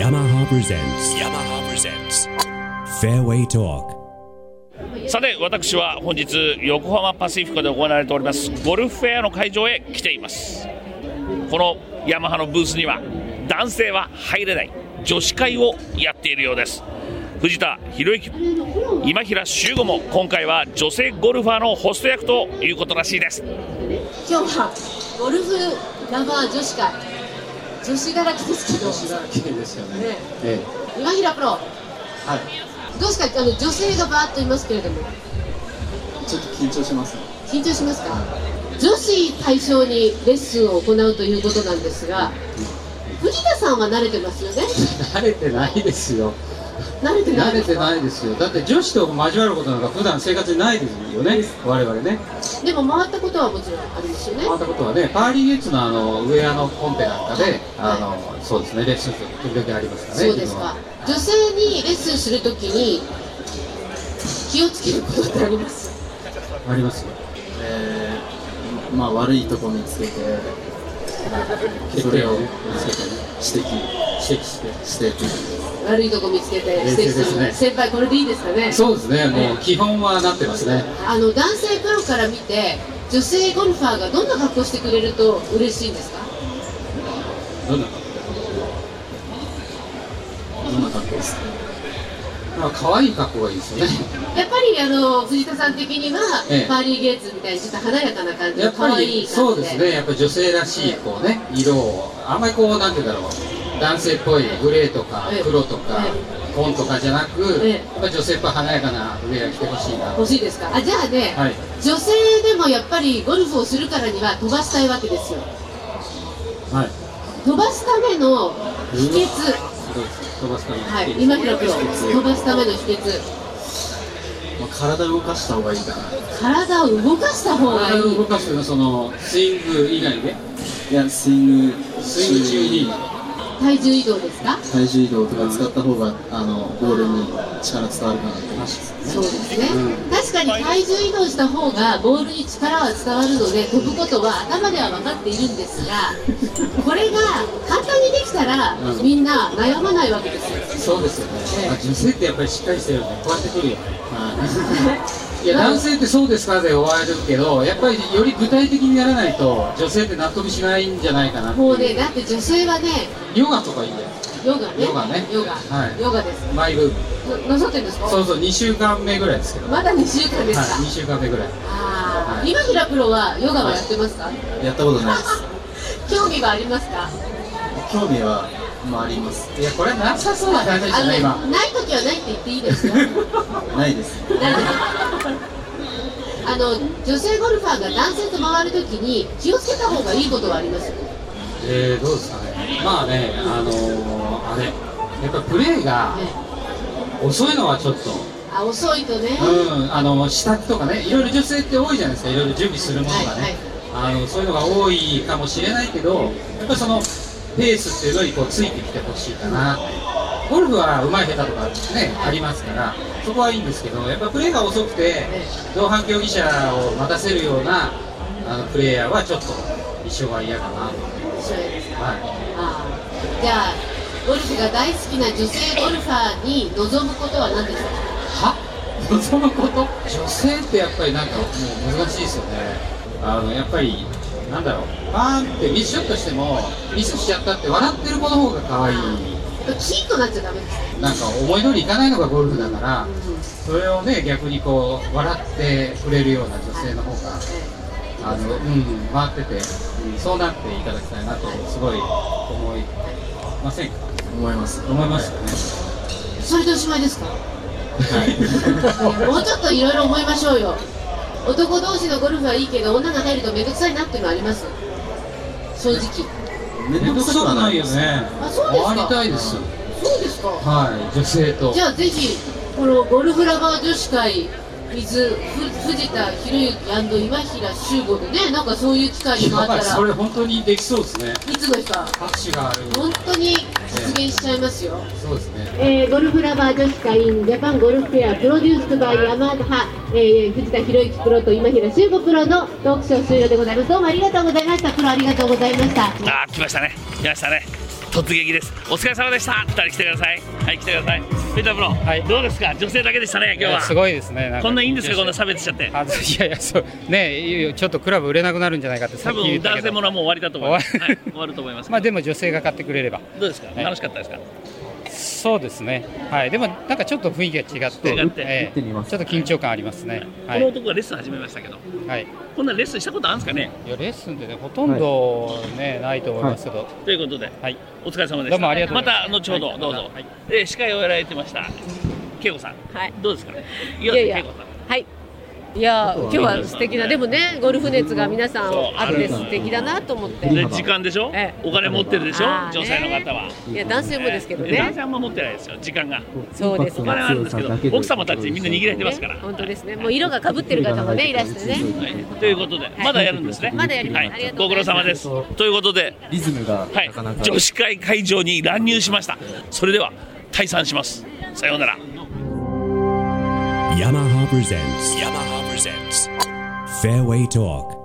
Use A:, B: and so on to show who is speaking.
A: yamaha presents yamaha presents fairway talk
B: さて私は本日横浜パシフィコで行われておりますゴルフフェアの会場へ来ていますこのヤマハのブースには男性は入れない女子会をやっているようです藤田博之今平修吾も今回は女性ゴルファーのホスト役ということらしいです
C: 今日はゴルフラバー女子会女子だらけですけど、
D: 年だらけですよね。
C: ね
D: え
C: 今平プロ
D: え、はい。
C: どうですかあの女性がバーッといますけれども
D: ちょっと緊張しますね。
C: 緊張しますか女子対象にレッスンを行うということなんですが藤田さんは慣れてますよね
D: 慣れてないですよ。
C: 慣れてな
D: 慣
C: いで
D: れ
C: す
D: て
C: か
D: ないですよ。だって女子と交わることなんか普段生活にないですよね。我々ね。
C: でも回ったことはもちろんありますよね
D: 変わったことはね、パーリーゲッツのあのウェアのコンペなんかで、あのそうですね、レッスン時々ありますからね。
C: そうですか女性にレッスンするときに気をつけることってあります
D: 自分はありますよ。
E: えーまあ悪いとこ 見つけてそれを
D: 決定
E: 指摘
D: ね指摘して。
E: して
C: 悪いとこ見つけて
D: 冷静ですね
C: 先輩これでいいですかね
D: そうですね、もう基本はなってますね。
C: あの男性プロから見て女性ゴルファーがどんな格好してくれると嬉しいんですか
D: どんな格好どんな格好ですかまあ可愛い格好がいいですよね。
C: やっぱりあの藤田さん的には、
D: ええ
C: パーリー・ゲイツみたいにちょっと華やかな感じ
D: や
C: の
D: っぱ
C: 可愛い感じ
D: り
C: で
D: そうですね、やっぱり女性らしいこうね、色を、あんまりこう、なんて言うんだろう、男性っぽいグレーとか
C: ええ
D: 黒とか
C: え、
D: 紺とかじゃなく、
C: ええ
D: やっぱり女性っぽい華やかなウェア着てほしいな、
C: 欲しいですかあじゃあね、
D: はい
C: 女性でもやっぱりゴルフをするからには飛ばしたいわけですよ
D: はい、
C: 飛ばすための秘訣
D: どうです飛ばすために、
C: はい今平プロ飛ばすための秘訣
E: まあ体動かした方がいいかな
C: 体を動かした方がい
D: 体を動
C: い
D: かすのそのスイング以外で、
E: いやスイング
D: スイング中に、
C: 体重移動ですか
E: 体重移動とか使った方があのボールに力伝わるかなと思います
C: そうですね、確かに体重移動した方がボールに力は伝わるので飛ぶことは頭では分かっているんですがこれが簡単にできたら、
D: うん
C: みんな悩まないわけですよ
D: そうですよね、
C: ええ
D: あ女性ってやっぱりしっかりしてるよね、こうやってくるよね。
E: はい
D: いや男性ってそうですかで終わるけど、やっぱりより具体的にやらないと、女性って納得しないんじゃないかなってい
C: もうねだって女性はね
D: ヨガとかいいんだよ、
C: ヨガね
D: ヨガね
C: ヨガ、
D: はい
C: ヨガです
D: マイブーム。
C: ななさってるんですか
D: そうそう、2週間目ぐらいですけど、はい、
C: まだ2週間ですか、
D: 2週間目ぐらい。
C: ああ、
D: はい
C: 今平プロはヨガはやってますか、
E: やったことないです
C: 興味はありますか
E: 興味はまああります
D: いや、これなさそうな感じでし
C: あ
D: た
C: の
D: ね、
C: ね
D: 今。
C: ない時はないって言っていいですよ
E: ないです
C: あの女性ゴルファーが男性と回るときに気をつけた方がいいことはありますよね
D: えー、どうですかね。まあね、あのー、あれ、やっぱプレーが遅いのはちょっと、
C: あ遅いとね、
D: うん、あの、下着とかね、いろいろ女性って多いじゃないですか、いろいろ準備するものがね。
C: はい
D: あの、そういうのが多いかもしれないけど、やっぱりその、ペースっていうのにこう、ついてきてほしいかなって。ゴルフは上手い下手とかね、ありますから、そこはいいんですけど、やっぱプレーが遅くて、同伴競技者を待たせるような、あの、プレイヤーはちょっと、一生は嫌かなと。
C: そうですか
D: は
C: あーじゃあゴルフが大好きな女性ゴルファーに望むことは何ですか
D: い。は 望むこと女性ってやっぱりなんかもう難しいですよね。あの、やっぱり、なんだろう、バーンってミスショットしても、ミスしちゃったって笑ってる子の方が可愛い。
C: キーンとなっちゃダメです
D: なんか思い通りいかないのがゴルフだから、それをね逆にこう笑ってくれるような女性の方が、あのうん回ってて、そうなっていただきたいなとすごい思いませんか
E: 思います
D: 思いますよね。
C: それでおしまいですか
D: はい
C: もうちょっといろいろ思いましょうよ男同士のゴルフはいいけど女が入るとめんどくさいなっていうのはあります正直
E: 面
D: 面倒
E: 倒く
D: くさ
E: さくは
D: く
E: な
D: ない
E: いで
D: よ
E: す
D: ね。
C: あそうですか
D: 回りたいですよ。
C: そうですか
D: はい女性と
C: じ。ゃあぜひこのゴルフラバー女子会 with ふ藤田博之今平修吾でねなんかそういう機会にもあ
D: や
C: っ
D: っ
C: た
D: ぱ
C: らい
D: りそれ本当にできそうですね。
C: つの日か
D: 拍手がある。
C: 本当に実現しちゃいますよ、
D: そうですね。
C: えーゴルフラバー女子会 in ジャパンゴルフフェアプロデュースバイヤマハ、えー藤田博之プロと今平修吾プロのトークショー終了でございますどうもありがとうございましたプロありがとうございました
B: あー来ましたね来ましたねと突撃ですお疲れ様でした二人来てくださいはい来てくださいペタブロ、
D: はい
B: どうですか女性だけでしたね
D: い
B: 今日
D: や
B: は
D: すごいですね。
B: こんないいんですかこんな
D: 差
B: 差
D: 別
B: 別しちゃって
D: あいやいやそうねいよいよちょっとクラブ売れなくなるんじゃないかってさ
B: 多
D: っき
B: 分
D: 言った
B: 男
D: け
B: 性
D: ど。
B: ものはもう終わりだと思います、
D: 終わ
B: はい、終わると思います
D: まあでも女性が買ってくれれば。
B: どうですか
D: い
B: 楽しかったですか
D: そうですね。はい。でもなんかちょっと雰囲気が違って、
B: 違って
D: ええ
E: 見てみます
D: ちょっと緊張感ありますね。は
B: この
D: い。
B: 男がレッスン始めましたけど
D: はい。
B: こんなレッスンしたことあるんですかね
D: いやレッスンでねほとんどね、ないと思いますけど。
B: ということで
D: はい。
B: お疲れ様でした
D: どうもありがとうございます
B: また後ほど、
D: はい
B: どうぞ、
D: はい
B: えー司会をやられてました恵子さん
C: はい。
B: どうですかい
C: いやいや
B: 恵子さん
C: はい。いやー今日は素敵なでもねゴルフ熱が皆さん
B: そう
C: あって素敵だなと思って。
B: で
E: ね
B: 時間でしょ
C: ええ
B: お金持ってるでしょ
C: あーね
B: 女性の方はい
C: や男性もですけど
B: えー男
C: ね
B: 性。あんま持ってないですよ時間が
C: そうです
B: お
C: ね
B: 金はあるんですけど奥様たちみんな握られてますから
C: ね本当ですね。もう色が被ってる方もねいらしてね。
B: はいということでまだやるんですね
C: まだやります
B: はい
C: ありがとう
B: ご
C: ご
B: 苦
C: ざい
B: 労
C: ます
B: 様ですということで
E: リズムが
B: はい
E: なかなか、
B: 女子会会場に乱入しましたそれでは退散しますさようなら
A: Yamaha presents. Yamaha presents. Fairway Talk.